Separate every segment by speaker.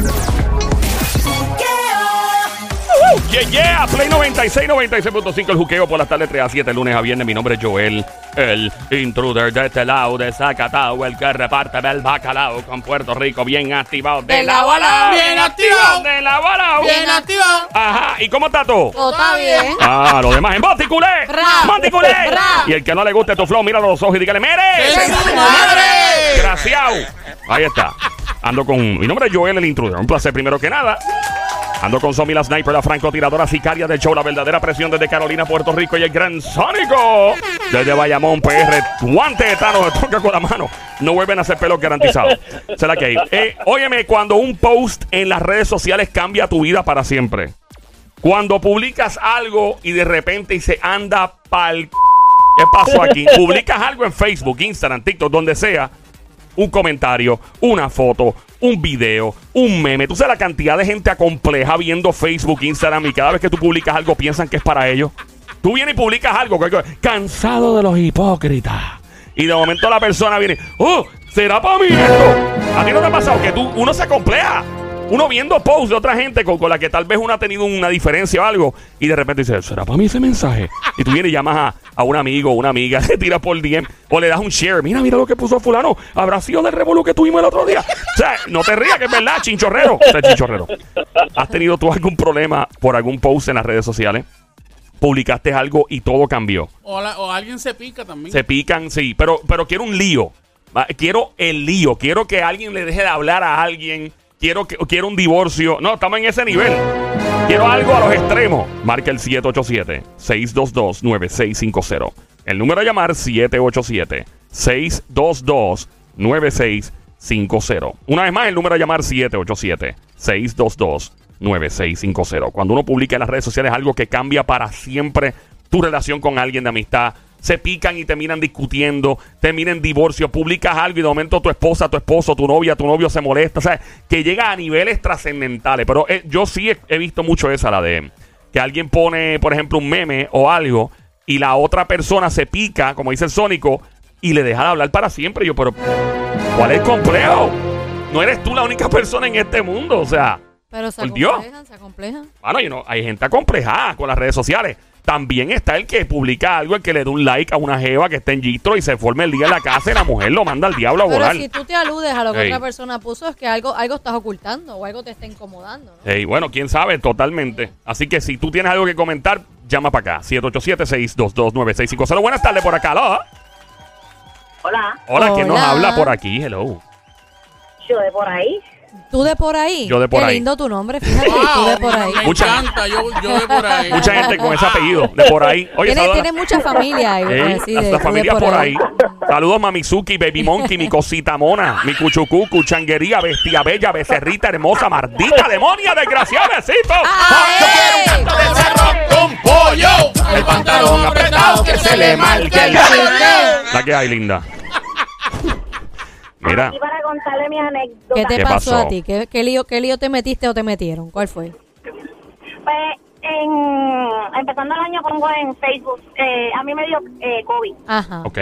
Speaker 1: ¡Uh! yeah, yeah. Play 96, 96.5. El juqueo por las tardes 3 a 7, lunes a viernes. Mi nombre es Joel, el intruder de este lado, de Zacatau, el que reparte el bacalao con Puerto Rico. Bien activado. De,
Speaker 2: De
Speaker 1: la
Speaker 2: lado a lado.
Speaker 1: bala.
Speaker 2: Bien activado.
Speaker 1: De la bala. uh.
Speaker 2: Bien activado.
Speaker 1: Ajá. ¿Y cómo está tú?
Speaker 2: Todo está bien.
Speaker 1: Ah, lo demás en Monticulé.
Speaker 2: Ra.
Speaker 1: Monticulé.
Speaker 2: Ra.
Speaker 1: Y el que no le guste tu flow, míralo a los ojos y dígale, mire.
Speaker 2: ¡Esa es tu madre!
Speaker 1: Graciado. Ahí está. Ando con. Mi nombre es Joel el Intruder. Un placer primero que nada. Ando con Somi la Sniper, la francotiradora sicaria del show, la verdadera presión desde Carolina, Puerto Rico y el gran Sónico. Desde Bayamón, PR, guante de Thanos, toca con la mano. No vuelven a hacer pelos garantizados. Será que hay. Eh, óyeme, cuando un post en las redes sociales cambia tu vida para siempre. Cuando publicas algo y de repente dice anda pal c- ¿Qué pasó aquí? Publicas algo en Facebook, Instagram, TikTok, donde sea, un comentario, una foto, un video, un meme. Tú sabes la cantidad de gente acompleja viendo Facebook, Instagram y cada vez que tú publicas algo piensan que es para ellos. Tú vienes y publicas algo, que- que- cansado de los hipócritas. Y de momento la persona viene, ¡Oh! ¿Será para mí esto? ¿A ti no te ha pasado que tú, uno se acompleja? Uno viendo posts de otra gente con, con la que tal vez uno ha tenido una diferencia o algo y de repente dice, ¿será para mí ese mensaje? Y tú vienes y llamas a, a un amigo, una amiga, le tiras por DM o le das un share. Mira, mira lo que puso fulano. Habrá sido del revolú que tuvimos el otro día. O sea, no te rías, que es verdad, chinchorrero. O sea, chinchorrero. ¿Has tenido tú algún problema por algún post en las redes sociales? Publicaste algo y todo cambió.
Speaker 2: O, la- o alguien se pica también.
Speaker 1: Se pican, sí, pero, pero quiero un lío. Va, Quiero el lío. Quiero que alguien le deje de hablar a alguien. Quiero, que, quiero un divorcio. No, estamos en ese nivel. Quiero algo a los extremos. Marca el 787-622-9650. El número a llamar 787-622-9650. Una vez más, el número a llamar 787-622-9650. Cuando uno publica en las redes sociales algo que cambia para siempre tu relación con alguien de amistad, se pican y terminan discutiendo, terminan en divorcio, publicas algo y de momento tu esposa, tu esposo, tu novia, tu novio se molesta, o sea, que llega a niveles trascendentales. Pero eh, yo sí he, he visto mucho esa, la de que alguien pone, por ejemplo, un meme o algo y la otra persona se pica, como dice el Sónico, y le deja de hablar para siempre. Yo, pero, ¿cuál es el complejo? No eres tú la única persona en este mundo, o sea.
Speaker 3: Pero se
Speaker 1: Por Dios.
Speaker 3: acomplejan, se acomplejan.
Speaker 1: Bueno, you know, hay gente acomplejada con las redes sociales. También está el que publica algo, el que le da un like a una jeva que está en Gistro y se forma el día en la casa y la mujer lo manda al diablo a
Speaker 3: Pero
Speaker 1: volar.
Speaker 3: si tú te aludes a lo que
Speaker 1: Ey.
Speaker 3: otra persona puso, es que algo, algo estás ocultando o algo te está incomodando, ¿no?
Speaker 1: Ey, bueno, quién sabe, totalmente. Así que si tú tienes algo que comentar, llama para acá. 787-622-9650. Buenas tardes por acá. Hola,
Speaker 4: Hola,
Speaker 1: hola ¿quién nos
Speaker 3: Hola.
Speaker 1: habla por aquí? Hello.
Speaker 4: yo de por ahí.
Speaker 3: Tú de por ahí.
Speaker 1: Yo de por
Speaker 3: Qué
Speaker 1: ahí.
Speaker 3: lindo tu nombre, fíjate.
Speaker 2: Wow,
Speaker 3: tú de por ahí.
Speaker 2: Me
Speaker 1: Mucha-
Speaker 2: encanta, yo, yo de por ahí.
Speaker 1: Mucha gente con ese apellido de por ahí. Oye,
Speaker 3: Tienes,
Speaker 1: saluda-
Speaker 3: tienes mucha familia ahí.
Speaker 1: Ey,
Speaker 3: así de-
Speaker 1: hasta
Speaker 3: tú de
Speaker 1: familia por, ahí. Saludos, Mamizuki, Baby Monkey, mi cosita mona, mi cuchucucu, changuería, bestia bella, becerrita hermosa, mardita, demonia, desgraciada, besito.
Speaker 3: ¡Ah, ey!
Speaker 2: de cerro con pollo. El pantalón apretado que se le marque el
Speaker 3: chiqueo.
Speaker 1: La que hay, linda. Mira,
Speaker 4: Y para contarle mis anécdotas.
Speaker 3: ¿Qué te
Speaker 1: ¿Qué
Speaker 3: pasó,
Speaker 1: pasó?
Speaker 3: a ti? ¿Qué, qué lío, ¿Qué lío te metiste o te metieron? ¿Cuál fue?
Speaker 4: Pues, en- empezando el año pongo en Facebook, eh, a mí me dio eh, COVID.
Speaker 3: Ajá.
Speaker 1: ok.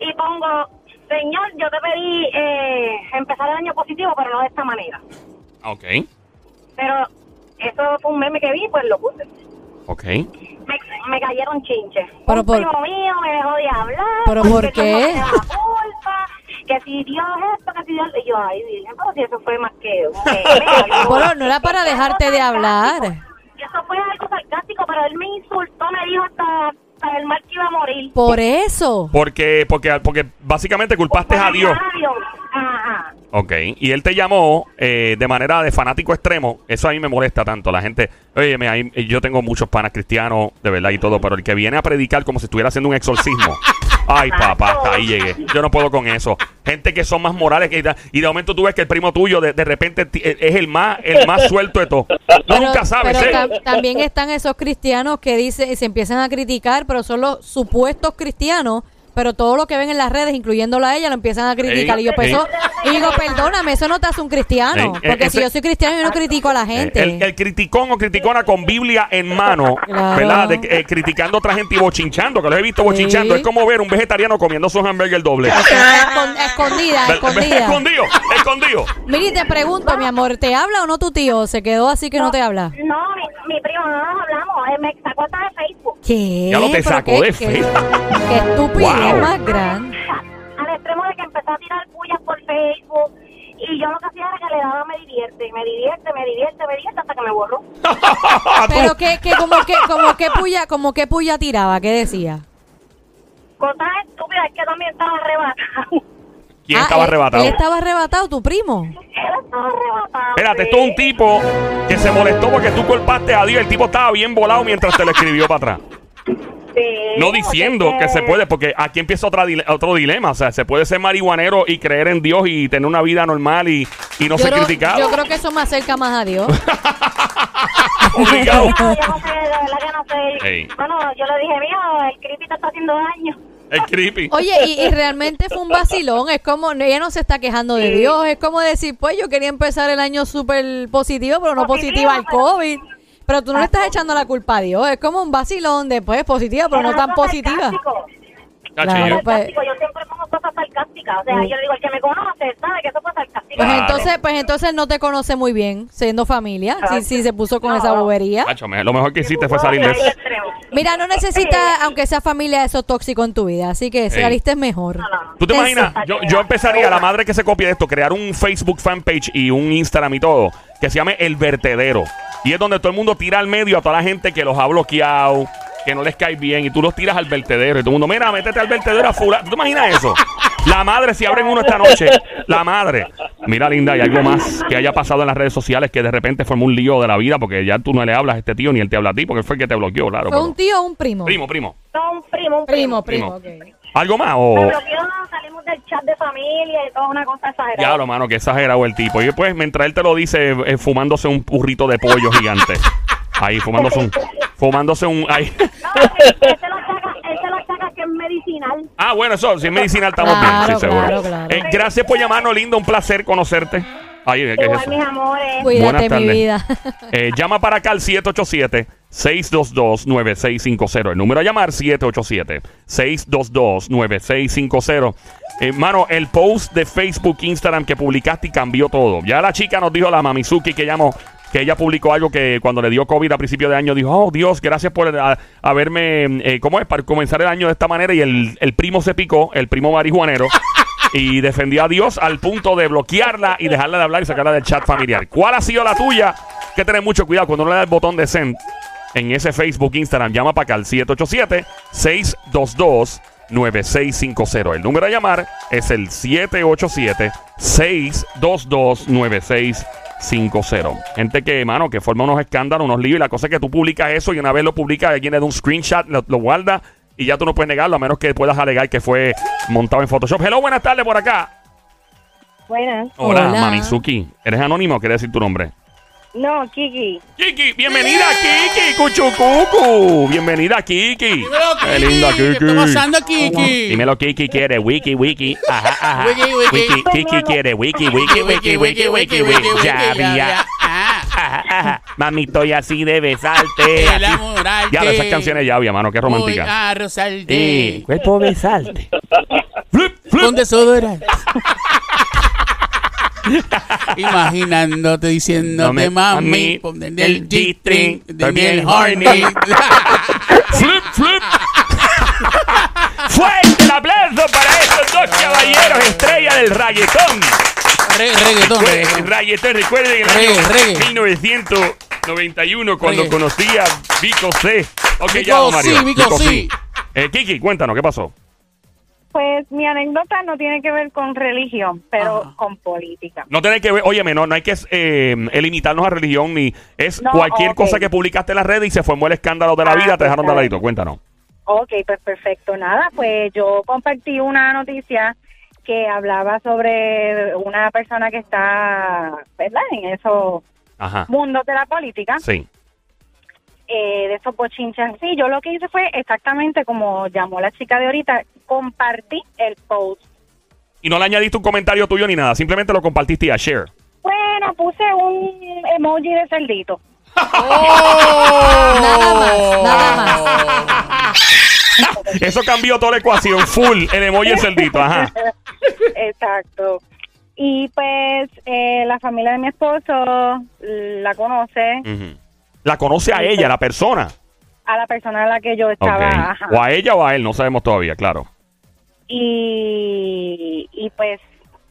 Speaker 4: Y pongo, señor, yo te pedí eh, empezar el año positivo, pero no de esta manera.
Speaker 1: Ok,
Speaker 4: Pero eso fue un meme que vi, pues lo puse.
Speaker 1: ok.
Speaker 4: Me, me cayeron chinches.
Speaker 3: Pero
Speaker 4: un
Speaker 3: por-
Speaker 4: primo mío me dejó de hablar.
Speaker 3: ¿Pero por
Speaker 4: que yo
Speaker 3: qué?
Speaker 4: no tenía la culpa, que si Dios esto, que si Dios... Y yo, ay, virgen, pero si eso fue más que... un meme,
Speaker 3: Bueno, no era para
Speaker 4: Eso
Speaker 3: dejarte de
Speaker 4: fue
Speaker 3: hablar.
Speaker 4: sarcástico. Eso fue algo sarcástico, pero él me insultó, me dijo hasta, hasta el mar que iba a morir.
Speaker 3: Por eso.
Speaker 1: Porque, porque, porque básicamente culpaste Este a Dios.
Speaker 4: Adiós. Ajá.
Speaker 1: Ok, y él te llamó eh, de manera de fanático extremo. Eso a mí me molesta tanto. La gente, oye, me- ahí- eh, yo tengo muchos panas cristianos, de verdad y todo, pero el que viene a predicar como si estuviera haciendo un exorcismo. Ay, papá, hasta ahí llegué. Yo no puedo con eso. Gente que son más morales que. Y de momento tú ves que el primo tuyo, de, de repente, ti- eh, es el más el más suelto de todo.
Speaker 3: Pero-
Speaker 1: Nunca sabes,
Speaker 3: pero
Speaker 1: ¿eh?
Speaker 3: tam- también están esos cristianos que dicen, se empiezan a criticar, pero son los supuestos cristianos, pero todo lo que ven en las redes, incluyéndola a ella, lo empiezan a criticar.
Speaker 1: Ey,
Speaker 3: y yo
Speaker 1: ey.
Speaker 3: pienso, y digo, perdóname, eso no te hace un cristiano,
Speaker 1: Ey, eh,
Speaker 3: porque si
Speaker 1: ese-
Speaker 3: yo soy cristiano, yo no critico a la gente.
Speaker 1: Eh, El, el criticón o criticona con Biblia en mano,
Speaker 3: Claro.
Speaker 1: ¿verdad? De- eh, criticando a otra gente y bochinchando, que los he visto bochinchando.
Speaker 3: Sí.
Speaker 1: Es como ver un vegetariano comiendo su hamburger doble.
Speaker 3: Escon- escondida,
Speaker 1: Ve- ve-
Speaker 3: escondida.
Speaker 1: Escondido, escondido.
Speaker 3: Mira, y te pregunto, mi amor, ¿te habla o no tu tío? Se quedó así que no te habla.
Speaker 4: No, mi,
Speaker 5: mi primo, no nos hablamos. Él me sacó hasta de Facebook.
Speaker 3: ¿Qué?
Speaker 1: Ya lo te
Speaker 3: ¿Pero
Speaker 1: sacó
Speaker 3: qué-
Speaker 1: de
Speaker 3: qué-
Speaker 1: Facebook.
Speaker 3: Qué estupidez
Speaker 1: Wow.
Speaker 3: más grande.
Speaker 5: Al extremo de que empezó a tirar pullas por Facebook. Y yo lo que hacía era que le daba me divierte, me divierte, me divierte, me divierte hasta que me borró.
Speaker 3: Pero que, que como que, como que puya, como que puya tiraba, ¿qué decía?
Speaker 5: Cosas estúpidas es que también estaba arrebatado.
Speaker 1: ¿Quién
Speaker 3: Ah,
Speaker 1: estaba
Speaker 3: él-
Speaker 1: arrebatado?
Speaker 3: Él estaba arrebatado, tu primo.
Speaker 5: Él estaba arrebatado.
Speaker 1: Espérate,
Speaker 5: sí.
Speaker 1: esto es un tipo que se molestó porque tú culpaste a Dios. El tipo estaba bien volado mientras te lo escribió para atrás.
Speaker 5: Sí,
Speaker 1: No
Speaker 5: porque
Speaker 1: diciendo que se puede, porque aquí empieza otra dile- otro dilema. O sea, se puede ser marihuanero y creer en Dios y tener una vida normal y, y no
Speaker 3: yo,
Speaker 1: ser
Speaker 3: creo,
Speaker 1: criticado.
Speaker 3: yo creo que eso me acerca más a Dios.
Speaker 1: Obligado.
Speaker 5: No, yo no sé, de verdad que no sé.
Speaker 1: Ey.
Speaker 5: Bueno, yo le dije, mira, el creepy te está haciendo daño.
Speaker 1: Es creepy.
Speaker 3: Oye, y, y realmente fue un vacilón. Es como, ella no se está quejando de Dios. Es como decir, pues yo quería empezar el año súper positivo, pero no positiva al COVID. Pero tú no le estás echando la culpa a Dios. Es como un vacilón de, pues, positiva, pero no
Speaker 5: Era
Speaker 3: tan
Speaker 5: algo
Speaker 3: positiva.
Speaker 5: sarcástico.
Speaker 1: Chacho,
Speaker 3: claro.
Speaker 1: yo-
Speaker 3: Pues-
Speaker 5: Sarcástico, Yo siempre pongo cosas sarcásticas. O sea, yo le digo, el que me conoce sabe que eso fue sarcástico.
Speaker 3: Pues
Speaker 1: Claro.
Speaker 3: entonces, pues entonces no te conoce muy bien, siendo familia, si, si se puso con esa bobería.
Speaker 1: Chacho, me- lo mejor que hiciste fue salir de
Speaker 5: Ahí
Speaker 1: eso.
Speaker 5: extremo.
Speaker 3: Mira, no necesitas, aunque sea familia, eso tóxico en tu vida, así que saliste mejor.
Speaker 1: ¿Tú te
Speaker 3: Eso.
Speaker 1: imaginas? Yo, yo empezaría, la madre que se copie de esto, crear un Facebook fanpage y un Instagram y todo, que se llame El Vertedero. Y es donde todo el mundo tira al medio a toda la gente que los ha bloqueado, que no les cae bien, y tú los tiras al vertedero. Y todo el mundo, mira, métete al vertedero a fula. ¿Tú te imaginas eso? La madre, si abren uno esta noche, la madre. Mira, linda, hay algo más que haya pasado en las redes sociales que de repente formó un lío de la vida porque ya tú no le hablas a este tío ni él te habla a ti porque él fue el que te bloqueó, claro.
Speaker 3: ¿Fue
Speaker 1: pero-
Speaker 3: un tío o un primo?
Speaker 1: Primo, primo.
Speaker 5: No, un primo, un primo.
Speaker 3: Primo, primo, ok.
Speaker 1: ¿Algo más? O...
Speaker 5: Me bloqueó, salimos del chat de familia y toda una cosa exagerada.
Speaker 1: Ya, lo mano, que exagerado el tipo. Y después, mientras él te lo dice, eh, fumándose un burrito de pollo gigante. Ahí, fumándose un. Fumándose un. Ahí.
Speaker 5: No, él él se lo saca, él se lo saca que es medicinal.
Speaker 1: Ah, bueno, eso, si es medicina, estamos
Speaker 3: Claro,
Speaker 1: bien, sí, seguro.
Speaker 3: claro, claro.
Speaker 1: Eh, gracias por llamarnos, lindo. Un placer conocerte. Ahí, ¿qué es
Speaker 5: Igual,
Speaker 1: eso?
Speaker 5: mis amores.
Speaker 3: Cuídate,
Speaker 1: Buenas
Speaker 3: mi
Speaker 1: tardes.
Speaker 3: vida.
Speaker 1: Eh, llama para acá al 787-622-9650. El número a llamar, 787-622-9650. Hermano, Eh, el post de Facebook, Instagram que publicaste y cambió todo. Ya la chica nos dijo, la Mamizuki que llamó, que ella publicó algo que cuando le dio COVID a principio de año dijo, oh Dios, gracias por a- haberme, eh, ¿cómo es? Para comenzar el año de esta manera y el, el primo se picó, el primo marihuanero. Y defendió a Dios al punto de bloquearla y dejarla de hablar y sacarla del chat familiar. ¿Cuál ha sido la tuya? Hay que tener mucho cuidado cuando uno le da el botón de send en ese Facebook, Instagram. Llama para acá al 787-622-9650. El número a llamar es el 787-622-9650. Gente que, mano, que forma unos escándalos, unos líos. Y la cosa es que tú publicas eso y una vez lo publicas, alguien le da un screenshot, lo, lo guarda y ya tú no puedes negarlo a menos que puedas alegar que fue montado en Photoshop. Hello, buenas tardes por acá.
Speaker 6: Buenas.
Speaker 1: Hola,
Speaker 3: Hola.
Speaker 1: Mamizuki. ¿Eres anónimo o quieres decir tu nombre?
Speaker 6: No, Kiki.
Speaker 1: Kiki, bienvenida Kiki, Cuchucucu. Bienvenida Kiki.
Speaker 2: Dímelo,
Speaker 1: Qué linda
Speaker 2: Kiki. ¿Qué está pasando, Kiki?
Speaker 1: Dímelo, Kiki quiere wiki, wiki. Ajá, ajá.
Speaker 2: Wiki, wiki.
Speaker 1: Kiki quiere wiki, wiki, wiki, wiki, wiki, wiki. Ya había.
Speaker 2: Ah,
Speaker 1: Ajá, ajá. Mami, estoy así de besarte.
Speaker 2: el
Speaker 1: Así.
Speaker 2: amorarte.
Speaker 1: Ya, esas canciones ya había, mano, qué
Speaker 2: Voy
Speaker 1: romántica.
Speaker 2: a
Speaker 1: Eh,
Speaker 2: rozarte
Speaker 1: cuerpo besarte. Flip,
Speaker 2: con
Speaker 1: flip.
Speaker 2: desodorante. Imaginándote
Speaker 1: No me-
Speaker 2: diciéndote,
Speaker 1: mami,
Speaker 2: mami, ponte
Speaker 1: el
Speaker 2: el G-string
Speaker 1: G-string,
Speaker 2: de
Speaker 1: también
Speaker 2: miel horny.
Speaker 1: Flip, flip. Fuerte el aplauso para estos dos caballeros estrella del reggaetón.
Speaker 2: Re- reggaetón,
Speaker 1: Recuerden,
Speaker 2: reggaetón.
Speaker 1: Rayetón, recuerden el
Speaker 2: Reggae,
Speaker 1: año
Speaker 2: reggae.
Speaker 1: 1991 cuando
Speaker 2: Reggae.
Speaker 1: conocí a Vico C. Ok,
Speaker 2: Vico
Speaker 1: ya, don Mario.
Speaker 2: C, Vico C.
Speaker 1: Eh, Kiki, cuéntanos, ¿qué pasó?
Speaker 6: Pues mi anécdota no tiene que ver con religión, pero con política.
Speaker 1: No tenés que ver, óyeme, no, no hay que eh, limitarnos a religión ni. Es
Speaker 6: No,
Speaker 1: cualquier
Speaker 6: ok.
Speaker 1: cosa que publicaste en las redes y se formó el escándalo de la
Speaker 6: Ah,
Speaker 1: vida, te
Speaker 6: pues,
Speaker 1: dejaron de
Speaker 6: está bien.
Speaker 1: ladito. Cuéntanos.
Speaker 6: Ok, pues perfecto. Nada, pues yo compartí una noticia que hablaba sobre una persona que está, ¿verdad? En esos
Speaker 1: Ajá.
Speaker 6: mundos de la política,
Speaker 1: Sí.
Speaker 6: eh, de esos bochinches. Sí, yo lo que hice fue exactamente como llamó la chica de ahorita, compartí el post.
Speaker 1: Y no le añadiste un comentario tuyo ni nada, simplemente lo compartiste y a share.
Speaker 6: Bueno, puse un emoji de cerdito.
Speaker 2: Oh.
Speaker 3: Nada más, nada más.
Speaker 1: Eso cambió toda la ecuación, full, el emoji el cerdito, ajá.
Speaker 6: Exacto. Y pues eh, la familia de mi esposo la conoce
Speaker 1: Ujú. La conoce a ella, la persona.
Speaker 5: a la persona a la que yo estaba.
Speaker 1: Ok.
Speaker 5: ajá.
Speaker 1: O a ella o a él, no sabemos todavía, claro.
Speaker 5: Y, y pues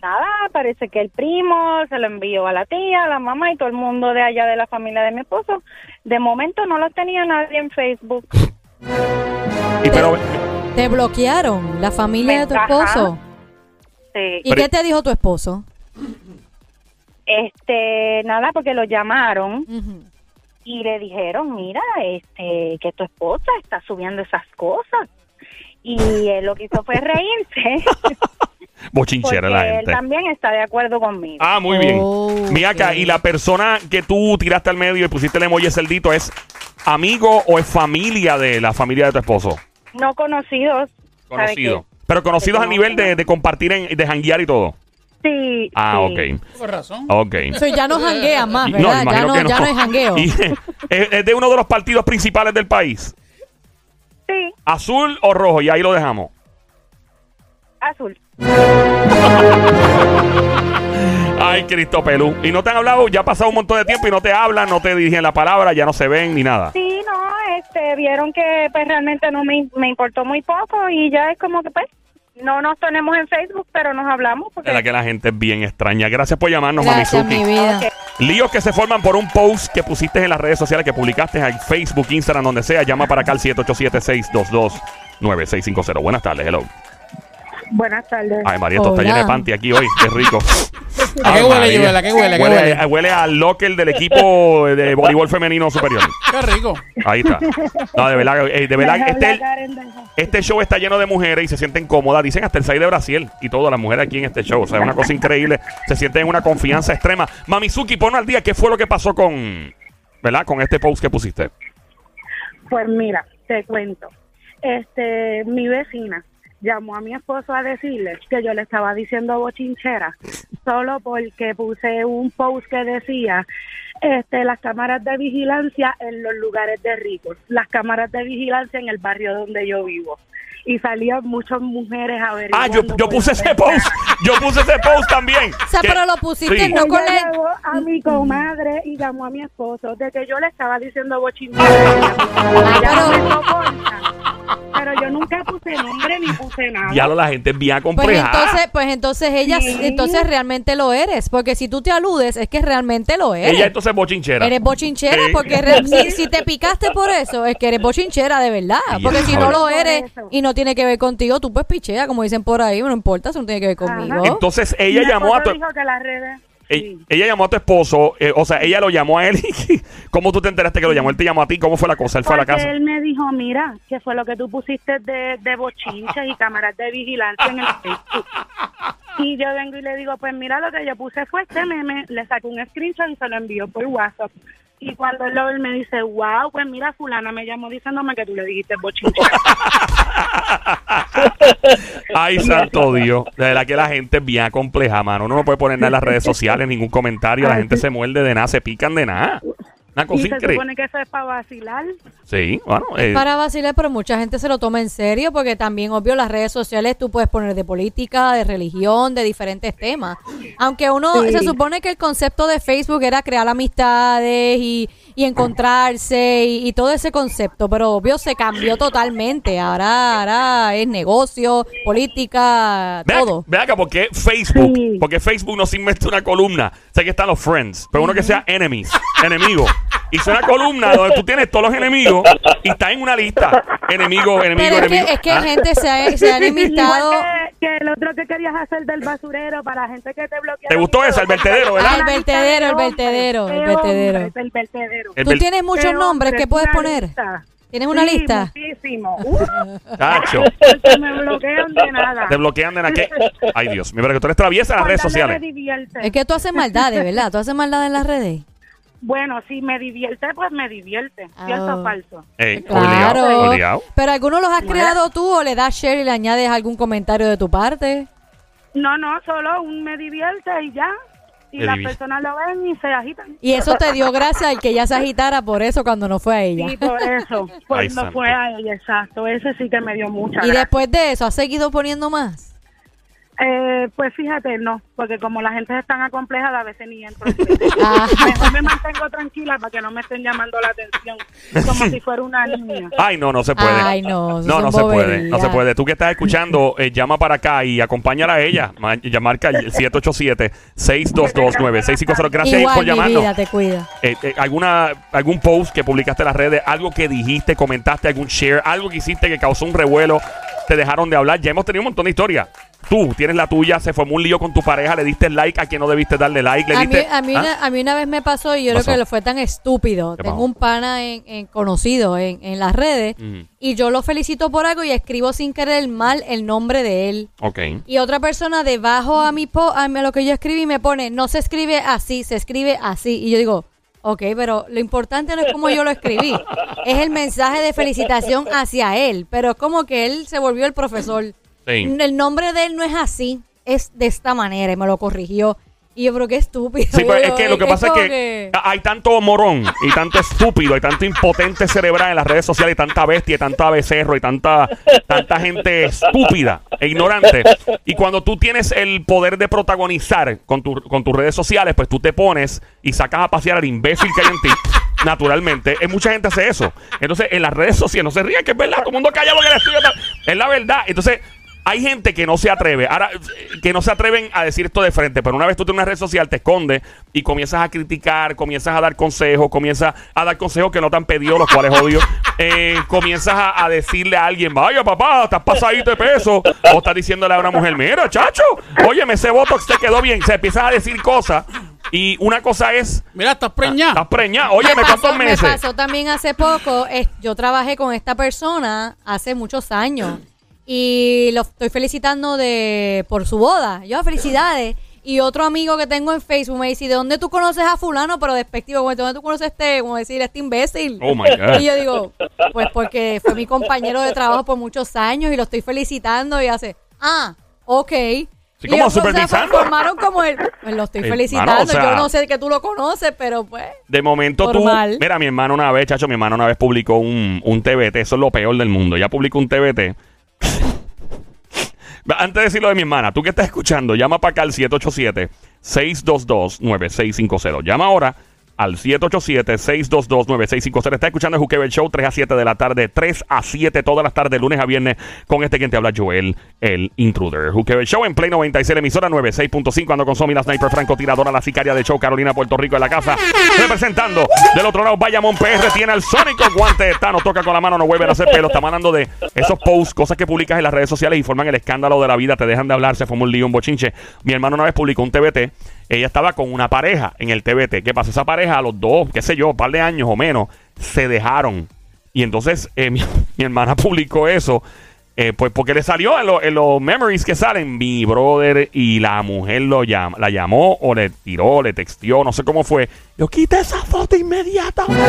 Speaker 5: nada, parece que el primo se lo envió a la tía, a la mamá y todo el mundo de allá de la familia de mi esposo. De momento no los tenía nadie en Facebook.
Speaker 1: Y pero,
Speaker 3: ¿Te bloquearon la familia de tu
Speaker 5: Ajá.
Speaker 3: esposo?
Speaker 5: Sí.
Speaker 3: ¿Y
Speaker 1: Pero-
Speaker 3: qué te dijo tu esposo?
Speaker 5: Este, nada, porque lo llamaron
Speaker 3: Ujú.
Speaker 5: y le dijeron, mira, este, que tu esposa está subiendo esas cosas. Y él lo que hizo fue reírse, porque
Speaker 1: bochinchera la
Speaker 5: él
Speaker 1: gente.
Speaker 5: también está de acuerdo conmigo.
Speaker 1: Ah, muy bien.
Speaker 3: Oh,
Speaker 1: Mira acá,
Speaker 3: ok.
Speaker 1: y la persona que tú tiraste al medio y pusiste el emoji celdito es amigo o es familia de la familia de tu esposo.
Speaker 5: No conocidos. ¿sabe qué?
Speaker 1: Conocido. Pero conocidos
Speaker 5: Se
Speaker 1: a nivel de,
Speaker 5: conocen.
Speaker 1: de compartir, en, de janguear y todo.
Speaker 5: Sí.
Speaker 1: Ah,
Speaker 5: sí.
Speaker 1: ok.
Speaker 2: Con razón.
Speaker 1: Ok.
Speaker 3: O sea, ya no jangueas más,
Speaker 1: Y-
Speaker 3: Ah, ¿verdad?
Speaker 1: imagino
Speaker 3: ya, no,
Speaker 1: que
Speaker 3: ya no hay jangueo.
Speaker 1: Y- es, es de uno de los partidos principales del país.
Speaker 5: Sí,
Speaker 1: Azul o rojo, y ahí lo dejamos.
Speaker 5: azul.
Speaker 1: Ay, Cristo Pelú. Y no te han hablado, ya ha pasado un montón de tiempo y no te hablan, no te dirigen la palabra, ya no se ven ni nada.
Speaker 5: Sí, no, este, vieron que pues realmente no me, me importó muy poco y ya es como que pues no nos tenemos en Facebook, pero nos hablamos porque
Speaker 1: En la que la gente es bien extraña. Gracias por llamarnos,
Speaker 3: Gracias,
Speaker 1: Mamizuki.
Speaker 3: mi vida.
Speaker 1: Líos que se forman por un post que pusiste en las redes sociales, que publicaste en Facebook, Instagram, donde sea. Llama para acá al 787-622-9650. Buenas tardes, hello.
Speaker 5: Buenas tardes.
Speaker 1: Ay, María, esto está
Speaker 3: Hola.
Speaker 1: lleno de panty aquí hoy. Qué rico.
Speaker 2: ¿A
Speaker 1: Ay,
Speaker 2: qué huele,
Speaker 1: María.
Speaker 2: Joel? ¿A qué huele? ¿A qué
Speaker 1: Huele, eh,
Speaker 2: huele?
Speaker 1: huele al locker del equipo de voleibol femenino superior.
Speaker 2: Qué rico.
Speaker 1: Ahí está. No, de verdad, eh, de verdad,
Speaker 5: Deja
Speaker 1: este,
Speaker 5: hablar, Karen, deja.
Speaker 1: este show está lleno de mujeres y se sienten cómodas. Dicen hasta el 6 de Brasil y todas las mujeres aquí en este show. O sea, es una cosa increíble. Se sienten en una confianza extrema. Mamizuki, pon al día qué fue lo que pasó con, ¿verdad? Con este post que pusiste.
Speaker 6: Pues mira, te cuento. Este, mi vecina llamó a mi esposo a decirle que yo le estaba diciendo bochinchera solo porque puse un post que decía este, las cámaras de vigilancia en los lugares de ricos, las cámaras de vigilancia en el barrio donde yo vivo. Y salían muchas mujeres a ver.
Speaker 1: Ah, yo, yo puse ese post. Yo puse ese post también.
Speaker 3: O sea,
Speaker 1: Que-
Speaker 3: pero lo pusiste
Speaker 1: Sí.
Speaker 3: no con
Speaker 6: Ella
Speaker 3: el...
Speaker 6: llevó a mi comadre y llamó a mi esposo de que yo le estaba diciendo bochinchera. Ella no me soporta. Pero yo nunca puse nombre ni puse nada.
Speaker 1: Ya lo la gente es bien
Speaker 3: Pues
Speaker 1: acomplejada.
Speaker 3: entonces, pues entonces ella, entonces realmente lo eres, porque si tú te aludes es que realmente lo eres.
Speaker 1: Ella entonces es bochinchera.
Speaker 3: Eres bochinchera
Speaker 1: Sí.
Speaker 3: porque re- si, si te picaste por eso es que eres bochinchera de verdad.
Speaker 1: Ya.
Speaker 3: Porque si no lo eres
Speaker 6: Por eso.
Speaker 3: y no tiene que ver contigo, tú pues pichea, como dicen por ahí, no importa, eso no tiene que ver conmigo.
Speaker 1: Entonces ella
Speaker 6: Mi
Speaker 1: llamó a tu,
Speaker 6: esposo dijo que las redes.
Speaker 1: e- ella llamó a tu esposo, eh, o sea, ella lo llamó a él. y- ¿Cómo tú te enteraste que lo llamó? Él te llamó a ti. ¿Cómo fue la cosa? Él fue a la
Speaker 6: Porque
Speaker 1: casa.
Speaker 6: él me dijo, mira, que fue lo que tú pusiste de, de bochinches y cámaras de vigilancia en el Facebook. Y yo vengo y le digo, pues mira, lo que yo puse fue este meme, le saqué un screenshot y se lo envió por WhatsApp. Y cuando él lo ve, él me dice, wow, pues mira, fulana me llamó diciéndome que tú le dijiste bochinche.
Speaker 1: Ay, santo Dios. De verdad que la gente es bien compleja, mano. Uno no puede poner nada en las redes sociales, ningún comentario. La gente se muerde de nada, se pican de nada. Una
Speaker 6: y
Speaker 1: cosa
Speaker 6: se
Speaker 1: increíble.
Speaker 6: supone que eso es para vacilar.
Speaker 1: Sí, bueno. eh,
Speaker 3: Para vacilar, pero mucha gente se lo toma en serio porque también, obvio, las redes sociales tú puedes poner de política, de religión, de diferentes temas. Aunque uno se supone que el concepto de Facebook era crear amistades y, y encontrarse y, y todo ese concepto, pero obvio se cambió totalmente. Ahora, ahora es negocio, política,
Speaker 1: Ve acá-
Speaker 3: todo.
Speaker 1: ve acá, ¿por qué Facebook?
Speaker 6: Sí.
Speaker 1: Porque Facebook nos inventa una columna. Sé que están los friends, pero uno que sea enemies, enemigo. Hizo una columna donde tú tienes todos los enemigos y está en una lista. Enemigo, enemigo,
Speaker 3: Pero es que,
Speaker 1: enemigo.
Speaker 3: es que
Speaker 1: Ah,
Speaker 3: gente se ha, se ha enemistado.
Speaker 6: Igual que, que el otro que querías hacer del basurero para gente que te bloquea.
Speaker 1: ¿Te gustó esa, el vertedero, verdad?
Speaker 3: Ah, el vertedero, el vertedero, el vertedero.
Speaker 6: El vertedero.
Speaker 1: el
Speaker 3: Tú
Speaker 1: del-
Speaker 3: tienes muchos
Speaker 6: Qué
Speaker 3: nombres
Speaker 6: hombre,
Speaker 3: que puedes
Speaker 6: una
Speaker 3: poner.
Speaker 6: lista.
Speaker 3: ¿Tienes una
Speaker 6: Sí,
Speaker 3: lista?
Speaker 6: Muchísimo. Uh,
Speaker 1: Tacho,
Speaker 6: porque me bloquean de nada.
Speaker 1: te bloquean de la que. Ay, Dios. Mira que tú eres traviesa en las
Speaker 6: Con
Speaker 1: redes
Speaker 6: tal de que
Speaker 1: sociales.
Speaker 6: divierte.
Speaker 3: Es que tú haces maldades, ¿verdad? Tú haces maldades en las redes.
Speaker 6: Bueno, si me divierte, pues me divierte. ¿Cierto
Speaker 3: Ah.
Speaker 6: o falso?
Speaker 1: Ey,
Speaker 3: Claro.
Speaker 1: obligado, obligado.
Speaker 3: Pero algunos los has creado tú o le das share y le añades algún comentario de tu parte.
Speaker 6: No, no, solo un me divierte y ya. Y
Speaker 1: Me
Speaker 6: las
Speaker 1: divierte.
Speaker 6: personas lo ven y se agitan.
Speaker 3: Y eso te dio gracia al que ya se agitara por eso cuando no fue a ella.
Speaker 6: Y por eso, pues
Speaker 1: Ay,
Speaker 6: no
Speaker 1: santo.
Speaker 6: fue a ella, exacto. Ese sí que me dio mucha
Speaker 3: Y
Speaker 6: gracia.
Speaker 3: después de eso, ¿has seguido poniendo más?
Speaker 6: Eh, pues fíjate, no, porque como la gente es tan acomplejada, a veces ni entro. en Facebook.
Speaker 3: Ah.
Speaker 6: Mejor me mantengo tranquila para que no me estén llamando la atención, como si fuera una niña.
Speaker 1: Ay, no, no se puede.
Speaker 3: Ay, no, eso
Speaker 1: No,
Speaker 3: son
Speaker 1: no se puede.
Speaker 3: boberías.
Speaker 1: No se puede. Tú que estás escuchando, eh, llama para acá y acompáñala a ella. Ma- Ya marca el 787-622-9650. Gracias
Speaker 3: Igual,
Speaker 1: por
Speaker 3: mi
Speaker 1: llamarnos.
Speaker 3: vida, te cuida.
Speaker 1: Eh, eh, alguna, algún post que publicaste en las redes, algo que dijiste, comentaste, algún share, algo que hiciste que causó un revuelo, te dejaron de hablar. Ya hemos tenido un montón de historias. Tú tienes la tuya, se formó un lío con tu pareja, le diste like a quien no debiste darle like, le
Speaker 3: A mí,
Speaker 1: diste.
Speaker 3: a, mí
Speaker 1: ¿Ah?
Speaker 3: una, a mí una vez me pasó y yo
Speaker 1: Pasó.
Speaker 3: creo que lo fue tan estúpido.
Speaker 1: ¿Qué
Speaker 3: Tengo
Speaker 1: pasó?
Speaker 3: un pana en, en conocido en, en las redes
Speaker 1: Ujú.
Speaker 3: y yo lo felicito por algo y escribo sin querer mal el nombre de él.
Speaker 1: Ok.
Speaker 3: Y otra persona debajo a mi po a lo que yo escribí me pone, no se escribe así, se escribe así. Y yo digo, ok, pero lo importante no es cómo yo lo escribí, es el mensaje de felicitación hacia él. Pero es como que él se volvió el profesor. El nombre de él no es así, es de esta manera. Y me lo corrigió. Y yo, pero qué estúpido.
Speaker 1: Sí,
Speaker 3: Yo
Speaker 1: pero es
Speaker 3: digo,
Speaker 1: que lo que pasa es
Speaker 3: como
Speaker 1: que a- hay tanto morón y tanto estúpido y tanto impotente cerebral en las redes sociales y tanta bestia y tanta becerro y tanta, tanta gente estúpida e ignorante. Y cuando tú tienes el poder de protagonizar con, tu- con tus redes sociales, pues tú te pones y sacas a pasear al imbécil que hay en ti. Naturalmente, Eh, mucha gente hace eso. Entonces, en las redes sociales, no se rían, que es verdad, todo el mundo callado en el estudio. tal. Es la verdad. Entonces, hay gente que no se atreve, ahora eh, que no se atreven a decir esto de frente, pero una vez tú tienes una red social, te escondes y comienzas a criticar, comienzas a dar consejos, comienzas a dar consejos que no te han pedido, los cuales odio. Eh, comienzas a, a decirle a alguien, vaya papá, estás pasadito de peso. O estás diciéndole a una mujer, mira, chacho, óyeme, ese botox te quedó bien. Se empiezas a decir cosas y una cosa es,
Speaker 2: Mira, estás preñada.
Speaker 1: estás preñada, óyeme,
Speaker 3: me
Speaker 1: ¿cuántos
Speaker 3: pasó, me
Speaker 1: meses?
Speaker 3: pasó también hace poco. es- yo trabajé con esta persona hace muchos años y lo estoy felicitando de por su boda. Yo, "Ah, felicidades. Y otro amigo que tengo en Facebook me dice, ¿de dónde tú conoces a fulano? Pero despectivo, como, ¿de dónde tú conoces a este, como decir, a este imbécil?
Speaker 1: Oh, my God.
Speaker 3: Y yo digo, pues porque fue mi compañero de trabajo por muchos años y lo estoy felicitando y hace, ah, ok.
Speaker 1: Sí,
Speaker 3: Y
Speaker 1: como
Speaker 3: ellos, o sea,
Speaker 1: supervisando.
Speaker 3: formaron como el, pues lo estoy
Speaker 1: Hermano,
Speaker 3: felicitando,
Speaker 1: o sea-
Speaker 3: yo no sé que tú lo conoces, pero pues...
Speaker 1: De momento
Speaker 3: Normal.
Speaker 1: tú. Mira, mi hermano una vez, chacho, mi hermano una vez publicó un, un TBT. Eso es lo peor del mundo. Ya publicó un TBT. Antes de decir lo de mi hermana, tú que estás escuchando, llama para acá al 787-622-9650. Llama ahora al 787-622-9650. Está escuchando el Juquebel Show 3 a 7 de la tarde, 3 a 7 todas las tardes, lunes a viernes, con este quien te habla, Joel, el intruder. Juquebel Show en Play 96, la emisora 96.5. Ando con Somi, la sniper francotiradora, la sicaria de show, Carolina, Puerto Rico, en la casa. Representando del otro lado, Bayamón PR tiene al Sónico guante de Thanos, toca con la mano, no vuelve a hacer pelo. Estamos hablando de esos posts, cosas que publicas en las redes sociales y forman el escándalo de la vida, te dejan de hablar, se formó un lío, un bochinche. Mi hermano una vez publicó un TBT, ella estaba con una pareja en el TBT. ¿Qué pasó? Esa pareja a los dos, qué sé yo, un par de años o menos, se dejaron. Y entonces eh, mi, mi hermana publicó eso, eh, pues porque le salió en, lo- en los memories que salen, mi brother y la mujer lo llama, la llamó o le tiró, le textió, no sé cómo fue. Yo quita esa foto inmediatamente.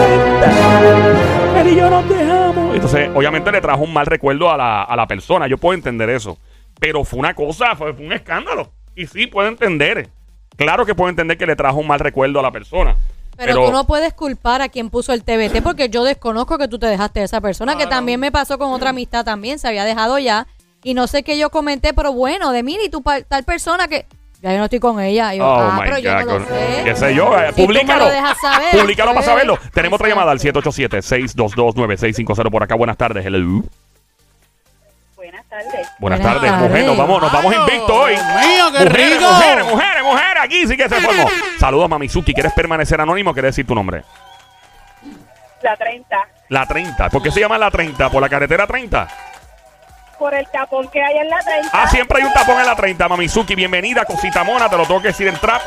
Speaker 1: Él y yo nos dejamos. Entonces, obviamente le trajo un mal recuerdo a la, a la persona. Yo puedo entender eso. Pero fue una cosa, fue, fue un escándalo. Y sí, puedo entender. Claro que puedo entender que le trajo un mal recuerdo a la persona.
Speaker 3: Pero, tú no puedes culpar a quien puso el TBT porque yo desconozco que tú te dejaste de esa persona, que también me pasó con otra amistad también, se había dejado ya. Y no sé qué yo comenté, pero bueno, de mí y tu pa- tal persona que ya yo no estoy con ella. Yo,
Speaker 1: Oh
Speaker 3: ah,
Speaker 1: my
Speaker 3: pero yo
Speaker 1: God.
Speaker 3: no lo
Speaker 1: con-
Speaker 3: sé.
Speaker 1: ¿Qué sé yo? eh,
Speaker 3: Si tú me
Speaker 1: públicalo.
Speaker 3: lo dejas saber,
Speaker 1: públicalo para
Speaker 3: pues.
Speaker 1: saberlo. Tenemos otra
Speaker 3: Exacto.
Speaker 1: llamada al 787-622-9650 por acá. Buenas tardes. Hello.
Speaker 5: Buenas tardes.
Speaker 1: Buenas,
Speaker 3: Buenas
Speaker 1: tardes,
Speaker 3: tardes.
Speaker 1: mujer. Nos vamos, nos vamos
Speaker 2: Claro,
Speaker 1: invicto hoy.
Speaker 2: Dios mío, qué
Speaker 1: mujeres,
Speaker 2: rico.
Speaker 1: mujeres, mujeres, mujeres, aquí sí que se formó. Saludos, Mamizuki. ¿Quieres permanecer anónimo o quieres decir tu nombre?
Speaker 5: La 30.
Speaker 1: La 30. ¿Por qué se llama la 30? ¿Por la carretera 30?
Speaker 5: Por el tapón que hay en la 30.
Speaker 1: Ah, siempre hay un tapón en la 30, Mamizuki. Bienvenida, cosita mona. Te lo tengo que decir en trap.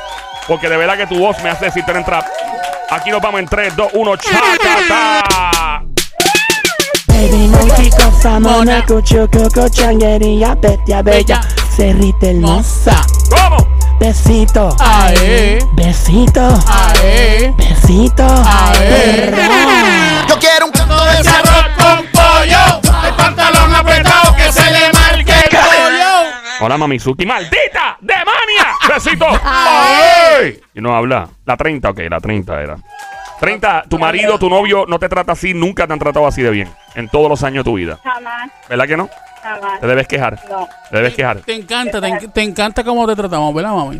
Speaker 1: Porque de verdad que tu voz me hace decirte en trap. Aquí nos vamos en 3, 2, 1. ¡Chacata!
Speaker 7: Baby, no soy cosa mona, cucho, coco, changuería, bestia bella,
Speaker 2: Bella.
Speaker 7: cerrita hermosa,
Speaker 1: ¿Cómo?
Speaker 7: besito,
Speaker 2: Ah. Ae,
Speaker 7: besito,
Speaker 2: ae,
Speaker 7: besito,
Speaker 2: Ah, eh. ae.
Speaker 8: Yo quiero un canto de
Speaker 2: Ese
Speaker 8: cerro.
Speaker 2: arroz con pollo, el pantalón apretado que se le marque el pollo.
Speaker 1: Hola, Mamizuki. ¡Maldita! ¡Demania! ¡Besito! ¡Ay! Y no habla. La 30, ok, la 30 era. 30, tu marido, tu novio no te trata así, nunca te han tratado así de bien. En todos los años de tu vida.
Speaker 5: Jamás.
Speaker 1: ¿Verdad que no?
Speaker 5: jamás.
Speaker 1: Te debes quejar.
Speaker 5: No.
Speaker 1: Te debes quejar.
Speaker 2: Te encanta, te, en- te encanta cómo te tratamos, ¿verdad, mami?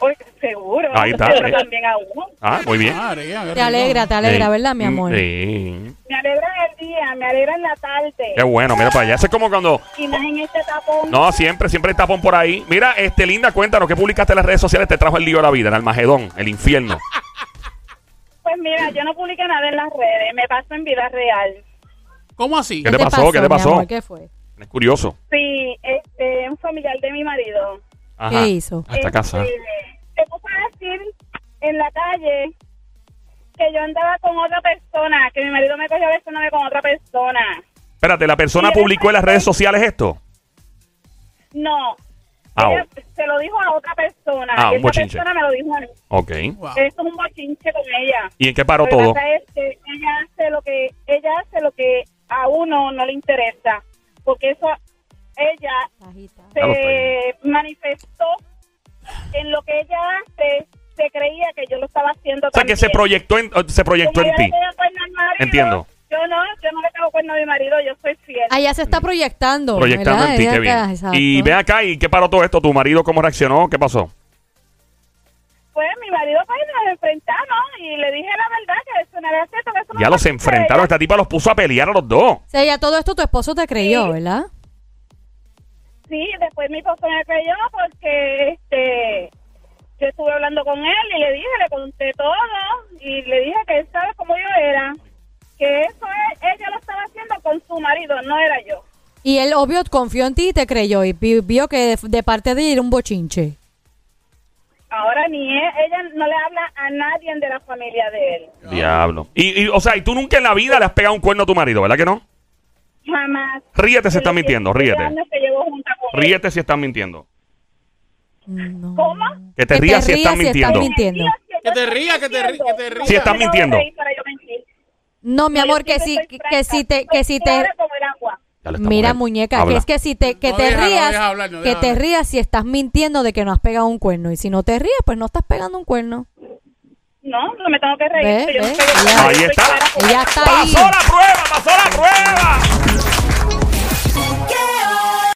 Speaker 5: Uy, seguro.
Speaker 1: Ah. Ahí está,
Speaker 5: Pero
Speaker 1: eh.
Speaker 5: también a uno.
Speaker 1: Ah, muy bien.
Speaker 2: Madre, ya, qué
Speaker 3: Te
Speaker 2: rico.
Speaker 3: alegra, te alegra,
Speaker 1: Sí.
Speaker 3: ¿verdad, mi amor?
Speaker 1: Sí.
Speaker 5: Me alegran el día, me alegran la tarde.
Speaker 1: Qué bueno, mira para allá. Eso es como cuando.
Speaker 5: Y más en este tapón.
Speaker 1: No, siempre, siempre hay tapón por ahí. Mira, este linda, cuéntanos que publicaste en las redes sociales. Te trajo el lío de la vida, el Almagedón, el infierno.
Speaker 5: Pues mira, yo no publiqué nada en las redes, me paso en vida real.
Speaker 2: ¿Cómo así?
Speaker 1: ¿Qué te pasó? ¿Qué te
Speaker 3: mi
Speaker 1: pasó?
Speaker 3: amor? ¿Qué fue?
Speaker 1: Es curioso.
Speaker 5: Sí, este, un familiar de mi marido.
Speaker 1: Ajá.
Speaker 3: ¿Qué hizo?
Speaker 1: Ah, está
Speaker 5: este,
Speaker 1: casada.
Speaker 5: Se puso a decir en la calle que yo andaba con otra persona, que mi marido me cogió besándome con otra persona.
Speaker 1: Espérate, ¿la persona
Speaker 5: Y él
Speaker 1: publicó en las redes sociales esto?
Speaker 5: No,
Speaker 1: Ah,
Speaker 5: ella se lo dijo a otra persona.
Speaker 1: Ah, un
Speaker 5: y esa
Speaker 1: bochinche.
Speaker 5: persona me lo dijo a mí.
Speaker 1: ok.
Speaker 2: Wow.
Speaker 5: Esto es un bochinche con ella.
Speaker 1: ¿Y en qué paró
Speaker 5: Lo que
Speaker 1: todo?
Speaker 5: pasa es que ella hace lo que ella hace lo que a uno no le interesa, porque eso ella
Speaker 3: Bajita.
Speaker 1: Ya lo
Speaker 5: se manifestó en lo que ella hace, se creía que yo lo estaba haciendo
Speaker 1: O sea, que se
Speaker 5: también.
Speaker 1: proyectó en, se proyectó
Speaker 5: Como
Speaker 1: en
Speaker 5: yo le
Speaker 1: ti.
Speaker 5: tengo cuerno al marido,
Speaker 1: Entiendo.
Speaker 5: Yo no, yo no le tengo cuerno a mi marido, yo soy fiel.
Speaker 3: Ah, ya se está proyectando.
Speaker 1: Mm. Proyectando
Speaker 3: ¿verdad?
Speaker 1: en ti,
Speaker 3: Ella
Speaker 1: qué
Speaker 3: está-
Speaker 1: bien.
Speaker 3: exacto.
Speaker 1: Y ve acá, ¿y qué paró todo esto? ¿Tu marido cómo reaccionó? ¿Qué pasó?
Speaker 5: Pues mi marido pues nos enfrentamos y le dije la verdad que eso no era cierto, que eso no
Speaker 1: Ya
Speaker 5: era
Speaker 1: los
Speaker 5: cierto.
Speaker 1: enfrentaron. Esta tipa los puso a pelear a los dos.
Speaker 3: O sea, ya todo esto tu esposo te creyó, ¿verdad?
Speaker 5: Sí, después mi esposo me creyó porque este yo estuve hablando con él y le dije, le conté todo y le dije que él sabe cómo yo era, que eso es- ella lo estaba haciendo con su marido, no era yo.
Speaker 3: Y él, obvio, confió en ti y te creyó. Y vi- vio que de, de parte de él era un bochinche.
Speaker 5: Ahora ni e- ella no le habla a nadie de la familia de él.
Speaker 1: Diablo. Y, y, o sea, y tú nunca en la vida le has pegado un cuerno a tu marido, ¿verdad que no?
Speaker 5: Jamás.
Speaker 1: Ríete si
Speaker 5: En
Speaker 1: están
Speaker 5: los
Speaker 1: mintiendo,
Speaker 5: 17
Speaker 1: ríete.
Speaker 5: años que llevo junta con él.
Speaker 1: Ríete si están mintiendo.
Speaker 3: No.
Speaker 5: ¿Cómo?
Speaker 1: Que te rías si están mintiendo.
Speaker 3: mintiendo.
Speaker 2: Que te rías, que te rías, que te rías.
Speaker 1: Sí, estás
Speaker 5: Yo no
Speaker 1: mintiendo.
Speaker 5: voy a ir para yo mentir.
Speaker 3: No, mi
Speaker 5: No, yo
Speaker 3: amor, que
Speaker 5: siempre
Speaker 3: si,
Speaker 5: soy
Speaker 3: que,
Speaker 5: franca,
Speaker 3: si te,
Speaker 5: soy
Speaker 3: que si te,
Speaker 5: clara como el agua.
Speaker 1: Ya le está
Speaker 3: mira
Speaker 1: mujer.
Speaker 3: muñeca,
Speaker 1: Habla.
Speaker 3: que es que si te, que
Speaker 2: No
Speaker 3: te
Speaker 2: deja, no
Speaker 3: rías,
Speaker 2: deja hablar, no
Speaker 3: que
Speaker 2: deja
Speaker 3: te
Speaker 2: hablar.
Speaker 3: rías si estás mintiendo de que no has pegado un cuerno. Y si no te ríes, pues no estás pegando un cuerno.
Speaker 5: No, no me tengo que reír.
Speaker 3: Ve,
Speaker 5: pero yo no
Speaker 3: ve,
Speaker 5: soy-
Speaker 3: ya.
Speaker 1: Ahí
Speaker 5: soy
Speaker 1: está.
Speaker 5: clara como el
Speaker 3: Ella está ahí.
Speaker 1: ¡Pasó la prueba! ¡Pasó la prueba!